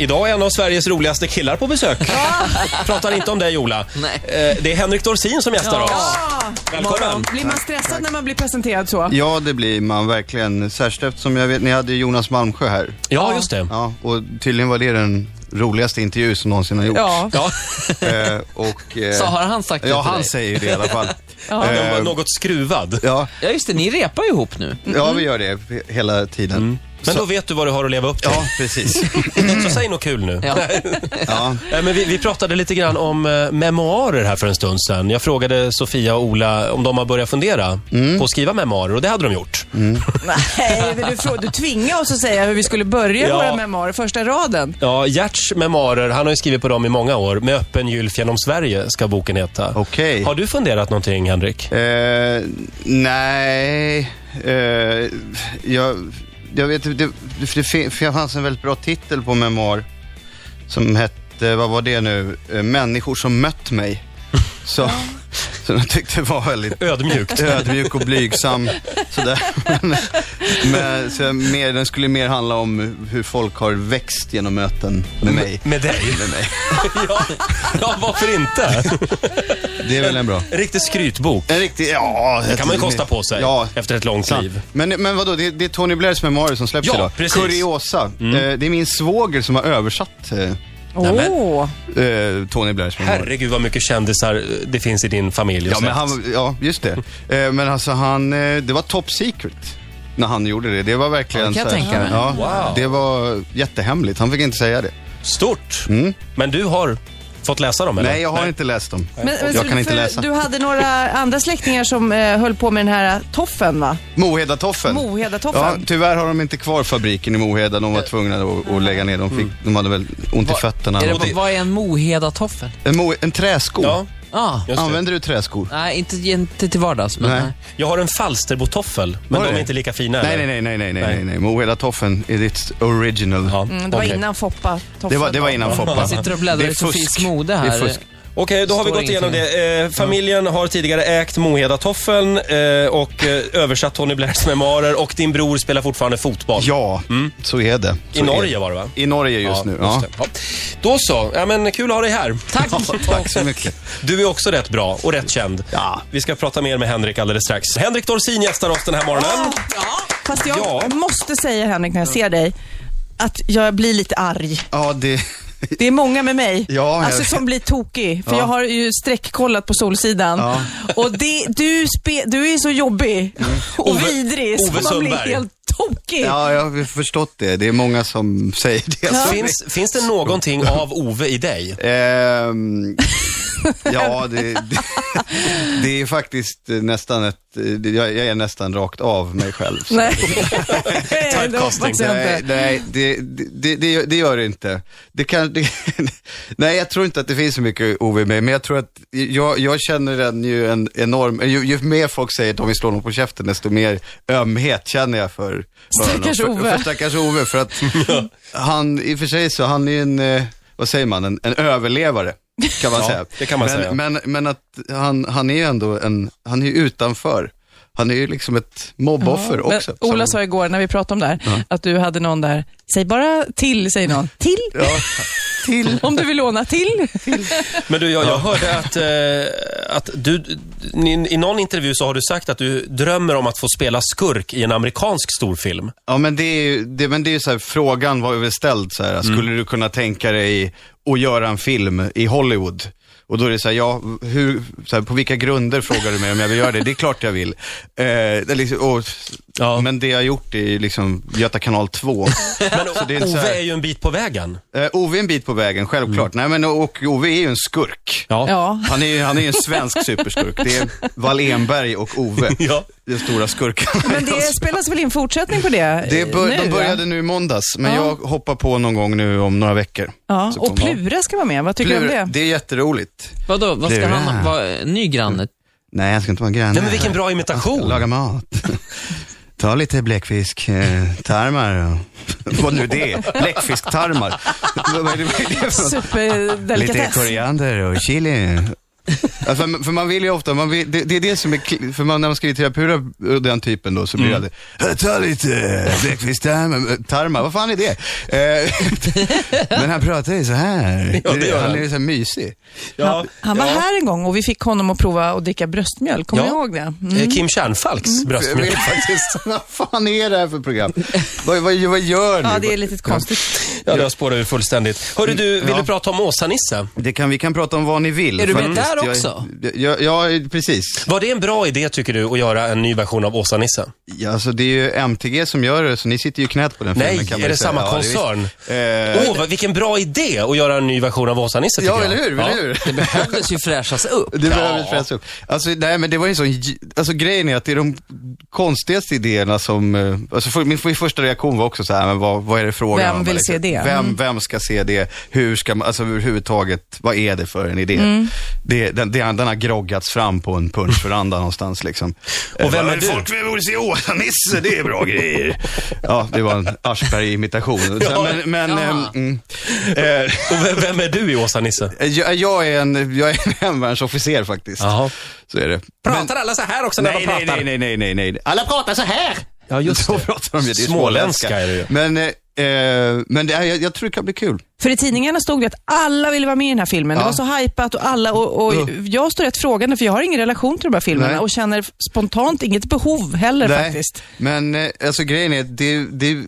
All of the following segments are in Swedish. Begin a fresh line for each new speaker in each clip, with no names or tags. Idag är en av Sveriges roligaste killar på besök. Pratar inte om dig Ola.
Nej.
Eh, Det är Henrik Dorsin som gästar oss.
Ja.
Välkommen.
Blir man stressad när man blir presenterad så?
Ja, det blir man verkligen. Särskilt eftersom jag vet, ni hade ju Jonas Malmsjö här.
Ja, just det.
Ja, och tydligen var det den roligaste intervju som någonsin har gjorts.
Ja.
Ja,
Eh, och, eh,
Så har han sagt det
Ja,
till
han
dig?
säger ju det i alla fall.
den var
Eh,
något skruvad.
ja,
Ja just det, ni repar ju ihop nu.
ja, vi gör det he- hela tiden.
Mm.
Men då vet du vad du har att leva upp till.
Ja, precis.
Så säg något kul nu.
Ja.
Ja.
Eh, Men vi, vi pratade lite grann om eh, memoarer här för en stund sedan. Jag frågade Sofia och Ola om de har börjat fundera
Mm.
på att skriva memoarer och det hade de gjort.
Nej, vill du, frå- du tvingade oss att säga hur vi skulle börja
Ja.
våra memoarer, första raden.
Ja, Gerts memoarer, han har ju skrivit på dem i många år. Med öppen gylf genom Sverige ska boken heta.
Okej.
Har du funderat någonting Henrik?
Eh, nej, eh, jag, jag vet inte. Det, det, fin- det fanns en väldigt bra titel på memoar som hette, vad var det nu, Eh, Människor som mött mig. Så, som jag tyckte var väldigt
Ödmjukt.
ödmjuk och blygsam. Sådär. Men, men, så jag mer, den skulle mer handla om hur folk har växt genom möten med mig.
Med dig?
Med mig.
ja, ja, varför inte?
Det är väl en bra.
Riktig skrytbok.
En riktig, ja.
Det kan man ju kosta på sig
Ja,
efter ett långt
Sant.
liv.
Men, men vadå, det, det är Tony Blairs memoarer som släpps
Ja,
idag.
precis. Mm.
Kuriosa. Eh, det är min svåger som har översatt eh,
Åh,
men-
eh, Tony Blairs memoarer.
Herregud vad mycket kändisar eh, det finns i din familj. och
Ja, men
släkt.
han, ja, just det. Eh, men alltså han, eh, det var top secret när han gjorde det. Det var verkligen
Ja, det kan
så här-
jag tänka mig.
Ja,
Wow.
Det var jättehemligt. Han fick inte säga det.
Stort! Men du har fått läsa dem eller?
Mm. Nej, jag har inte läst dem.
men, men,
jag kan inte
för
läsa.
Du hade några andra släktingar som eh, höll på med den här toffen va?
Mohedatoffen. Ja,
Mohedatoffen.
tyvärr har de inte kvar fabriken i Moheda. De var
Eh,
tvungna att, att lägga ner. De, fick,
mm.
de hade väl ont i
Vad-
fötterna.
Är det, vad är en Moheda-toffel?
En, mo- en träsko.
Ja,
Ah.
just det.
Använder du träskor?
Nej, inte, inte till vardags. Men,
Nej.
nej.
Jag har en Falsterbo-toffel, men de
Har du
är
det?
inte lika fina
Nej,
eller?
nej, nej, nej, nej,
Nej.
nej, nej. Mohedatoffen är ditt original.
Ja,
Mm, det var
okej.
innan Foppa-toffen.
Det var, det var innan Foppa.
Jag sitter och bläddrar
Det är
i Sofies
fusk.
mode
Det
här.
är fusk.
Okej, då har vi
Står
gått igenom
ingenting.
det. Eh, familjen har tidigare ägt Moheda-toffeln eh, och eh, översatt Tony Blairs memoarer och din bror spelar fortfarande fotboll.
Ja, så är det. Så
Mm. I
är
Norge
det.
var det va?
I Norge just nu, ja.
det. Ja. Då så, ja, men kul att ha dig här.
Tack!
Tack så mycket.
Du är också rätt bra och rätt känd.
Ja.
Vi ska prata mer med Henrik alldeles strax. Henrik Dorsin gästar oss den här morgonen.
Fast jag
Ja.
måste säga Henrik, när jag ser dig, att jag blir lite arg.
Ja, det...
Det är många med mig
Ja, jag
alltså,
vet.
som blir tokig. För
Ja.
jag har ju streckkollat på Solsidan.
Ja. Mm.
Och det, du, spe, du är så jobbig och
Ove-
vidrig så
Ove
man
Sundberg.
blir helt tokig.
Ja, jag har förstått det. Det är många som säger det.
Finns, finns det någonting av Ove i dig?
Ehm, ja, det, det, det är faktiskt nästan ett... det- Jag jag är nästan rakt av mig själv. så.
Nej, det hoppas jag
Nej,
inte.
nej det, det, det, det gör det inte. Det kan, det, nej, jag tror inte att det finns så mycket OV med, men jag tror att jag, jag känner den ju en enorm, ju, ju mer folk säger att de vill slå någon på käften, desto mer ömhet känner jag för, för
Stackars
honom.
Ove.
För, för stackars Ove, för att han, i och för sig så, han är ju en, eh, vad säger man, en, en överlevare. Kan man
Ja,
säga.
det kan man
men,
säga.
Men, men att han, han är ju ändå en, han är ju utanför. Han är ju liksom ett mobboffer
Men
också.
Ola sa igår när vi pratade om det här, att du hade någon där, säg bara till, säger någon. Till?
Ja, till
Om du vill låna till?
Men du, jag, jag hörde att, eh, att du, i, i någon intervju så har du sagt att du drömmer om att få spela skurk i en amerikansk storfilm.
Ja, men det är ju, det, men det är ju så här, frågan var ju väl ställd så här, skulle
Mm.
du kunna tänka dig att göra en film i Hollywood? Och då är det så här, ja, hur, så här, på vilka grunder frågar du mig om jag vill göra det? Det är klart jag vill. Eh, det är liksom, och,
Ja.
Men det jag har gjort är ju liksom Göta kanal 2.
Men
det är inte så
Ove
här-
är Mm. ju en bit på vägen.
Eh, Ove är en bit på vägen, självklart. Nej, men, och Ove är ju en skurk.
Ja.
Han är ju han är ju en svensk superskurk. Det är Wallenberg och Ove,
Ja.
de stora skurkarna.
Men det spelas väl in fortsättning på det,
Det
eh,
bör,
nu?
de började
va?
nu i måndags, men
Ja.
jag hoppar på någon gång nu om några veckor.
Ja,
Så
och
kommer-
Plura ska vara med. Vad tycker du
Plura-
om det?
Det är jätteroligt.
Vadå, vad ska
Plura.
han vara? Ny granne?
Nej, jag ska inte vara granne.
Nej, men vilken bra imitation.
Laga mat. Ta lite bläckfisktarmar och... Vad nu det är. Bläckfisktarmar. Vad är det- vad är det för något? Lite
Superdelikatess.
koriander och chili Ja, för, för man vill ju ofta, man vill, det, det är det som är, kli- för man, när man skriver terapeuter och den typen då så blir det alltid, "Äh, ta lite eh, bläckfisktarmar, tarmar, vad fan är det? Eh, Men han pratar ju så här.
Ja, det gör
han
han.
är ju så här mysig.
Ja,
Han var
ja.
här en gång och vi fick honom att prova att dricka bröstmjölk. Kommer
Ja.
ni ihåg det? Mm.
Eh, Kim Kärnfalks
Jag vet
bröstmjölk.
faktiskt, vad fan är det här för program? Vad, vad, vad gör ni?
Ja, det är lite konstigt.
Ja, det har spårat ur fullständigt. Hörru du, vill
Ja.
du prata om Åsa-Nisse?
Det kan, vi kan prata om vad ni vill.
Är du med
faktiskt.
där
Jag-
också?
jag- Ja, precis.
Var det en bra idé, tycker du, att göra en ny version av Åsa-Nisse?
Ja, alltså det är ju MTG som gör det, så ni sitter ju i knät på den
Nej,
filmen. kan man
är
ju
det
säga.
samma
Ja, visst.
koncern?
Eh,
Åh, vad- vilken bra idé att göra en ny version av Åsa-Nisse, tycker
ja,
jag.
eller hur? Eller hur?
Det behövdes ju fräschas upp.
Det behöver fräsas upp. Alltså, nej, men det var ju en sån, j- alltså grejen är att det är de konstigaste idéerna som, eh, alltså för, min, min första reaktion var också så här, men vad, vad är det frågan
Vem
om? liksom,
vill se det?
Vem,
Mm.
vem ska se det? Hur ska man, alltså överhuvudtaget, vad är det för en idé? Det, den, den, den har groggats fram på en punschveranda någonstans liksom. Eh,
Och vem
bara,
är du?
Folk vill se Åsa-Nisse, det är bra grejer. ja, det var en Aschberg-imitation.
Ja.
Men, men
Ja.
ehm, mm, Eh,
Och vem, vem är du i Åsa-Nisse?
jag, jag är en, jag är en hemvärnsofficer faktiskt.
Jaha.
Så är det.
Pratar alla så här också när
Nej,
de
nej,
pratar?
nej, nej, nej, nej, nej. Alla pratar så här.
Ja, just
Så
det.
pratar de ju. Det är
Småländska är det ju.
Men, eh, eh, men det, är- jag, jag tror det kan bli kul.
För i tidningarna stod det att alla ville vara med i den här filmen.
Ja.
Det var så hajpat och alla... Och, och
Ja.
Jag står rätt frågande för jag har ingen relation till de här filmerna
Nej.
och känner spontant inget behov heller
Nej.
faktiskt.
Men eh, alltså grejen är, det, det,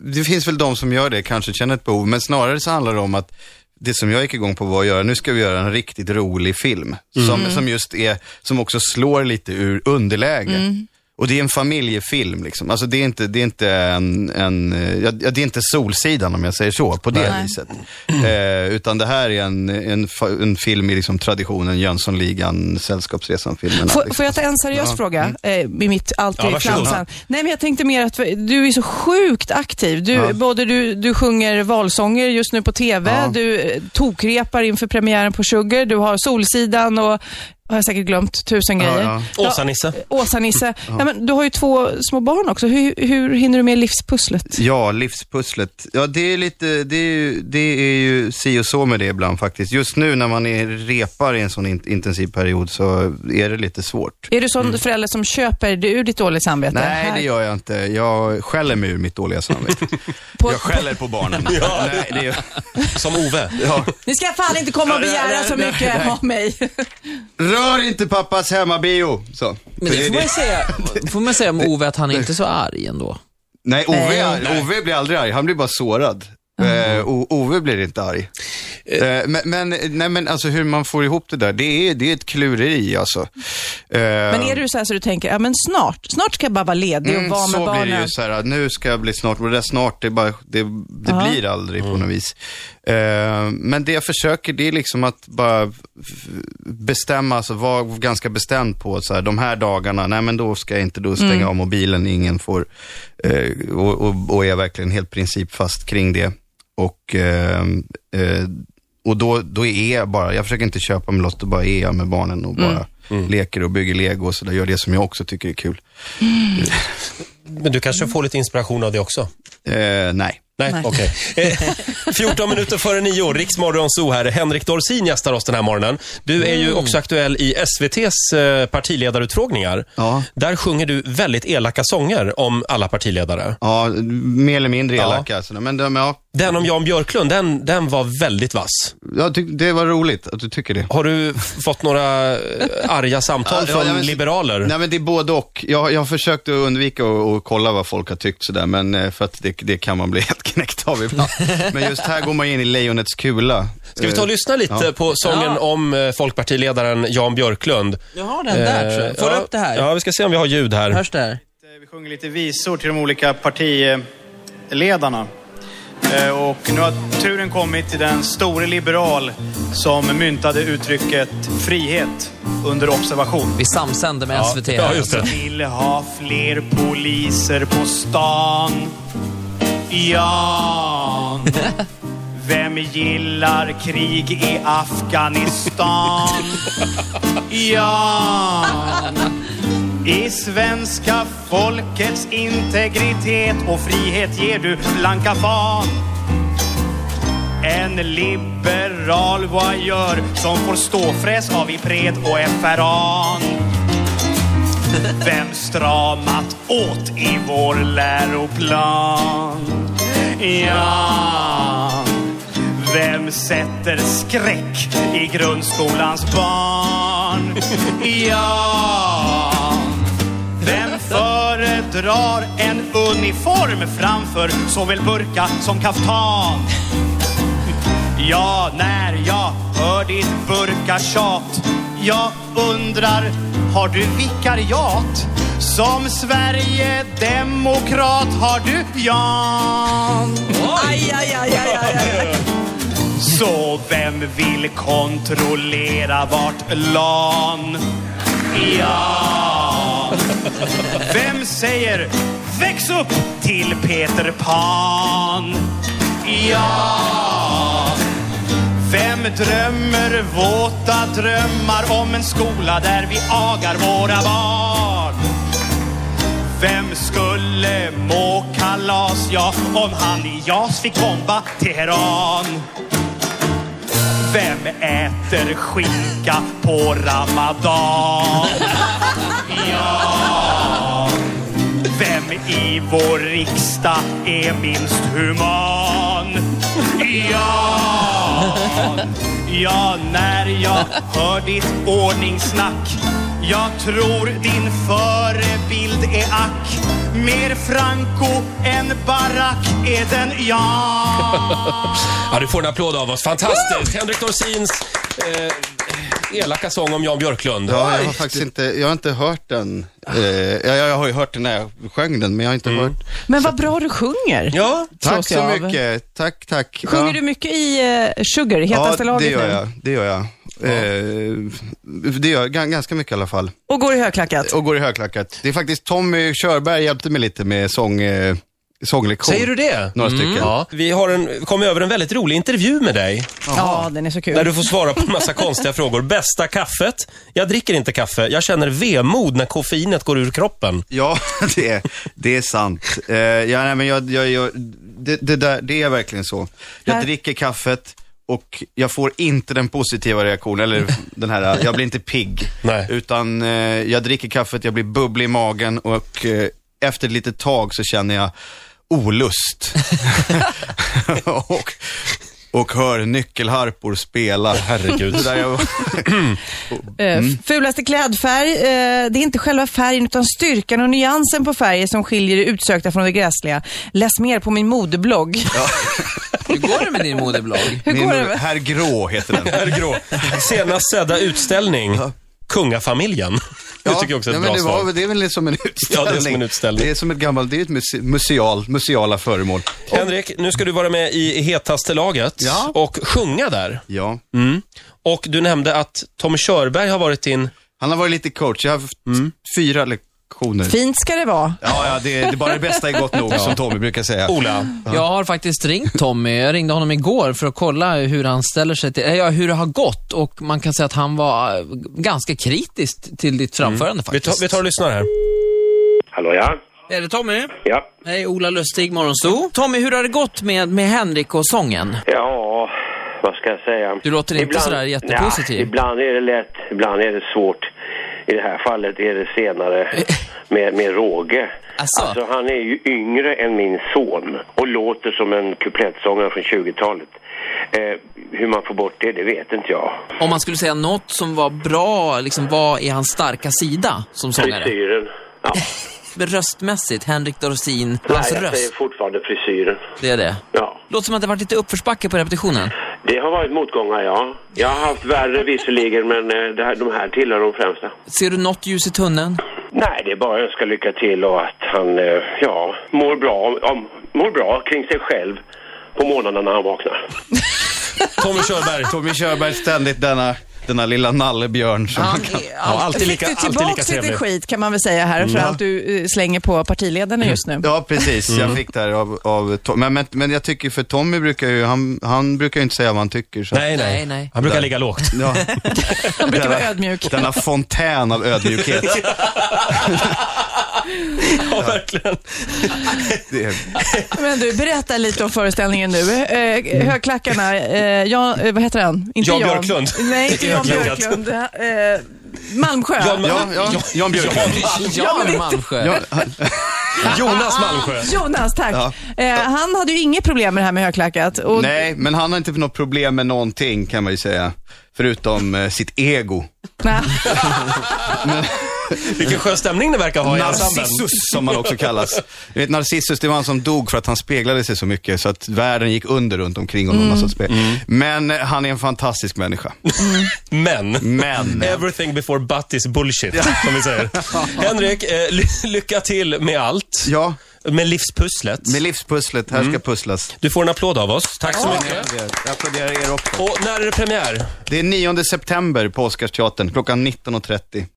det finns väl de som gör det, kanske känner ett behov, men snarare så handlar det om att det som jag gick igång på var att göra, nu ska vi göra en riktigt rolig film.
Mm.
Som, som just är, som också slår lite ur underläge.
Mm.
Och det är en familjefilm liksom. Alltså det är inte, det är inte en, en eh, ja, det är inte Solsidan om jag säger så, på det
Nej.
viset. Eh, utan det här är en, en, fa- en film i liksom traditionen Jönssonligan, Sällskapsresan-filmerna.
Får,
liksom.
får jag ta en seriös fråga? Eh, I mitt alltid
Ja,
ja,
varsågod.
Nej, men jag tänkte mer att du är så sjukt aktiv. Du,
Ja.
Både du, du sjunger valsånger just nu på TV,
Ja.
du eh, tokrepar inför premiären på Sugar, du har Solsidan och har jag säkert glömt tusen
Ja,
grejer.
ja.
Åsa-Nisse.
Åsa-Nisse, ja. men du har ju två små barn också. Hur, hur hinner du med livspusslet?
Ja, livspusslet. Ja, det är lite, det är ju, det är ju si och så med det ibland faktiskt. Just nu när man är, repar i en sån in, intensiv period så är det lite svårt.
Är du sån förälder som köper det ur ditt dåliga samvete?
Mm. Nej,
Här-
det gör jag inte. Jag skäller mig ur mitt dåliga samvete.
På-
jag skäller på barnen. Nej, det gör...
Som Ove.
ja.
Ni ska fan inte komma och
Ja, nej,
begära så
nej,
mycket
nej.
av mig.
Rör inte pappas hemmabio. Så.
Men det får man ju säga, får man säga om Ove att han är inte är så arg ändå.
Nej, Ove, är arg.
Nej.
Ove blir aldrig arg. Han blir bara sårad.
Mm.
Eh, O- Ove blir inte arg. Eh, men, men, nej, men alltså hur man får ihop det där, det är, det är ett klureri alltså.
Men är du så här så du tänker, ja men snart, snart ska jag bara vara ledig och
Mm,
vara med
så blir det
barnen.
ju så här, att nu ska jag bli snart, och det där snart, det, är bara, det, det
Ja.
blir aldrig på något vis. Eh, men det jag försöker, det är liksom att bara f- bestämma, alltså vara ganska bestämd på så här, de här dagarna, nej men då ska jag inte då
Mm.
stänga av mobilen, ingen får, eh, och, och, och är verkligen helt principfast kring det. Och, eh, eh, och då, då är jag bara, jag försöker inte köpa mig loss, då bara är jag med barnen och bara
Mm.
leker och bygger lego och sådär, gör det som jag också tycker är kul.
Men du kanske får lite inspiration av det också?
Eh, nej.
Nej,
Nej.
okej. Eh, 14 minuter före nio, Riksmorgon Zoo här. Henrik Dorsin gästar oss den här morgonen. Du är
Mm.
ju också aktuell i SVTs eh, partiledarutfrågningar.
Ja.
Där sjunger du väldigt elaka sånger om alla partiledare.
Ja, mer eller mindre
Ja.
elaka. alltså. Men de, ja,
Den om Jan Björklund, den, den var väldigt vass.
jag tyck, det var roligt att du tycker det.
Har du f- fått några eh, arga samtal
Ja, ja,
från
jag vill-
liberaler?
Nej, men det är både och. Jag, jag har försökt att undvika att att kolla vad folk har tyckt sådär, men eh, för att det, det kan man bli helt knäckt av ibland. men just här går man in i lejonets kula. Eh,
Ska vi ta och lyssna lite
Ja.
på sången
Ja.
om eh, folkpartiledaren Jan Björklund?
Jag har den där tror jag. Får
Eh,
du
ja,
upp det här?
Ja, vi ska se om vi har ljud här.
Hörs det här?
eh, Vi sjunger lite visor till de olika partiledarna. Eh, Och nu har turen kommit till den store liberal som myntade uttrycket frihet under observation.
Vi samsänder med
Ja,
SVT.
ja, just det.
Vill ha fler poliser på stan. Jan. Vem gillar krig i Afghanistan? Jan. I svenska folkets integritet och frihet ger du blanka fan. En liberal liberal voyeur som får ståfräs av Ipred och FRA'n. Vem stramat åt i vår läroplan? Ja, vem sätter skräck i grundskolans barn? Ja. Vem föredrar en uniform framför såväl burka som kaftan? Ja, när jag hör ditt burkatjat Jag undrar, har du vikariat? Som Sverigedemokrat har du Jan
Aj, aj, aj, aj, aj, aj.
Så vem vill kontrollera vart LAN? Ja! Vem säger väx upp till Peter Pan? Ja! Vem drömmer våta drömmar om en skola där vi agar våra barn? Vem skulle må kalas, ja, om han i JAS fick bomba Teheran? Vem äter skinka på ramadan? Ja. Vem i vår riksdag är minst human? Ja. Ja, när jag hör ditt ordningssnack Jag tror din förebild är ack Mer Franco än Barack är den Jan
Ja, du får en applåd av oss. Fantastiskt! Henrik Dorsins eh, elaka sång om Jan Björklund.
Ja, jag har
Oj.
faktiskt inte, jag har inte hört den. Eh, jag, jag har ju hört den när jag sjöng den, men jag har
Mm.
inte hört.
Men vad bra du sjunger.
Ja,
Tack
slås jag av.
så mycket. Tack, tack.
Sjunger
Ja.
du mycket i eh, Sugar, hetaste
Ja,
laget
det gör
nu?
jag. Det gör jag. Eh, det gör jag gan- ganska mycket i alla fall.
Och går i högklackat?
Och går i högklackat. Det är faktiskt Tommy Körberg hjälpte mig lite med sång, eh, sånglektion.
säger du det? Mm.
Några stycken.
Ja. Vi har en, kom över en väldigt rolig intervju med dig.
Ja, den är så kul.
Där du får svara på en massa konstiga frågor. Bästa kaffet? Jag dricker inte kaffe. Jag känner vemod när koffeinet går ur kroppen.
Ja, det är, det är sant. Eh, ja, nej, men jag, jag, jag, det, det, där, det är verkligen så. Jag
Här-
dricker kaffet och jag får inte den positiva reaktionen, eller den här, jag blir inte pigg.
Nej.
Utan eh, jag dricker kaffet, jag blir bubblig i magen och eh, efter ett litet tag så känner jag olust. och, och hör nyckelharpor spela.
Herregud.
Det där jag,
Eh,
Mm.
Fulaste klädfärg, eh, det är inte själva färgen utan styrkan och nyansen på färgen som skiljer det utsökta från det gräsliga. Läs mer på min modeblogg.
Hur går det med din modeblogg?
Hur går det? med-
Herr Grå heter den.
Herr Grå. Senast sedda utställning, Kungafamiljen. Det tycker jag också är ett
nej,
bra
men det, var,
svar.
väl- det är väl som en utställning.
Ja, det är som en utställning.
Det är som ett gammalt, det är ett muse, museal, museala föremål.
Henrik, nu ska du vara med i Hetaste laget
Ja.
och sjunga där.
Ja,
Mm. Och du nämnde att Tommy Körberg har varit din...
han har varit lite coach. Jag har haft
Mm.
fyra lektioner.
Fint ska det vara.
Ja, ja, det, det är bara det bästa är gott nog, som Tommy brukar säga.
Ola.
Jag har faktiskt ringt Tommy. Jag ringde honom igår för att kolla hur han ställer sig till, eh, ja, hur det har gått och man kan säga att han var eh, ganska kritisk till ditt framförande
Vi tar,
faktiskt.
vi tar och lyssnar här.
Hallå ja?
Är det Tommy?
Ja.
Hej, Ola Lustig, Morgonzoo. Tommy, hur har det gått med, med Henrik och sången?
Ja, vad ska jag säga?
Du låter inte sådär jättepositiv.
Nja, ibland är det lätt, ibland är det svårt. I det här fallet är det senare med, med råge.
Asså?
Alltså han är ju yngre än min son och låter som en kuplettsångare från 20-talet. Eh, hur man får bort det, det vet inte jag.
Om man skulle säga något som var bra, liksom vad är hans starka sida som sångare?
Frisyren. Ja.
Röstmässigt, Henrik Dorsin,
Nej,
hans
jag
röst,
säger fortfarande frisyren.
det är det.
Ja.
Låter som att det varit lite uppförsbacke på repetitionen.
Det har varit motgångar, ja. Jag har haft värre visserligen, men eh, det här, de här tillhör de främsta.
Ser du något ljus i tunneln?
Nej, det är bara att önska lycka till och att han, eh, ja, mår bra, om, mår bra kring sig själv på morgnarna när han vaknar.
Tommy Körberg.
Tommy Körberg, ständigt denna, denna lilla nallebjörn. Som man kan...
Ja, alltid lika,
Riktigt
alltid lika
tillbaks lite
trevlig.
skit kan man väl säga här för allt du eh, slänger på partiledarna just nu.
Mm. Ja, precis.
Mm.
Jag fick det här av, av Tommy. Men, men, men jag tycker, för Tommy brukar ju, han, han brukar ju inte säga vad han tycker. Så.
Nej, nej,
Nej, nej.
Han brukar ligga lågt.
Ja.
Han brukar vara ödmjuk.
Denna fontän av ödmjukhet.
Ja, verkligen.
Det är,
Men du, berätta lite om föreställningen nu. Eh, högklackarna, eh, Jan, eh, vad heter han? Inte
Jan Björklund.
Nej, inte Jan
Högklackat.
Björklund. Eh, Malmsjö.
Jan-
ja, ja, Jan Björklund.
Jan Malmsjö.
Ja,
Jonas Malmsjö.
Jonas, tack.
Ja.
Eh, han hade ju inget problem med det här med högklackat. Och
nej, men han har inte något problem med någonting kan man ju säga. Förutom eh, sitt ego.
Nej.
Vilken skön stämning det verkar ha i ensemblen.
Narcissus som han också kallas. Du vet, Narcissus, det var han som dog för att han speglade sig så mycket så att världen gick under runt omkring honom. Mm. Spe- Men eh, han är en fantastisk människa.
Men.
Men,
Everything before but is bullshit, som vi säger. Henrik, eh, ly lycka till med allt.
ja,
Med livspusslet.
med livspusslet, här ska pusslas.
Du får en applåd av oss. Tack så mycket.
Jag applåderar er också.
Och när är det premiär?
Det är 9 september på Oscarsteatern, klockan 19.30.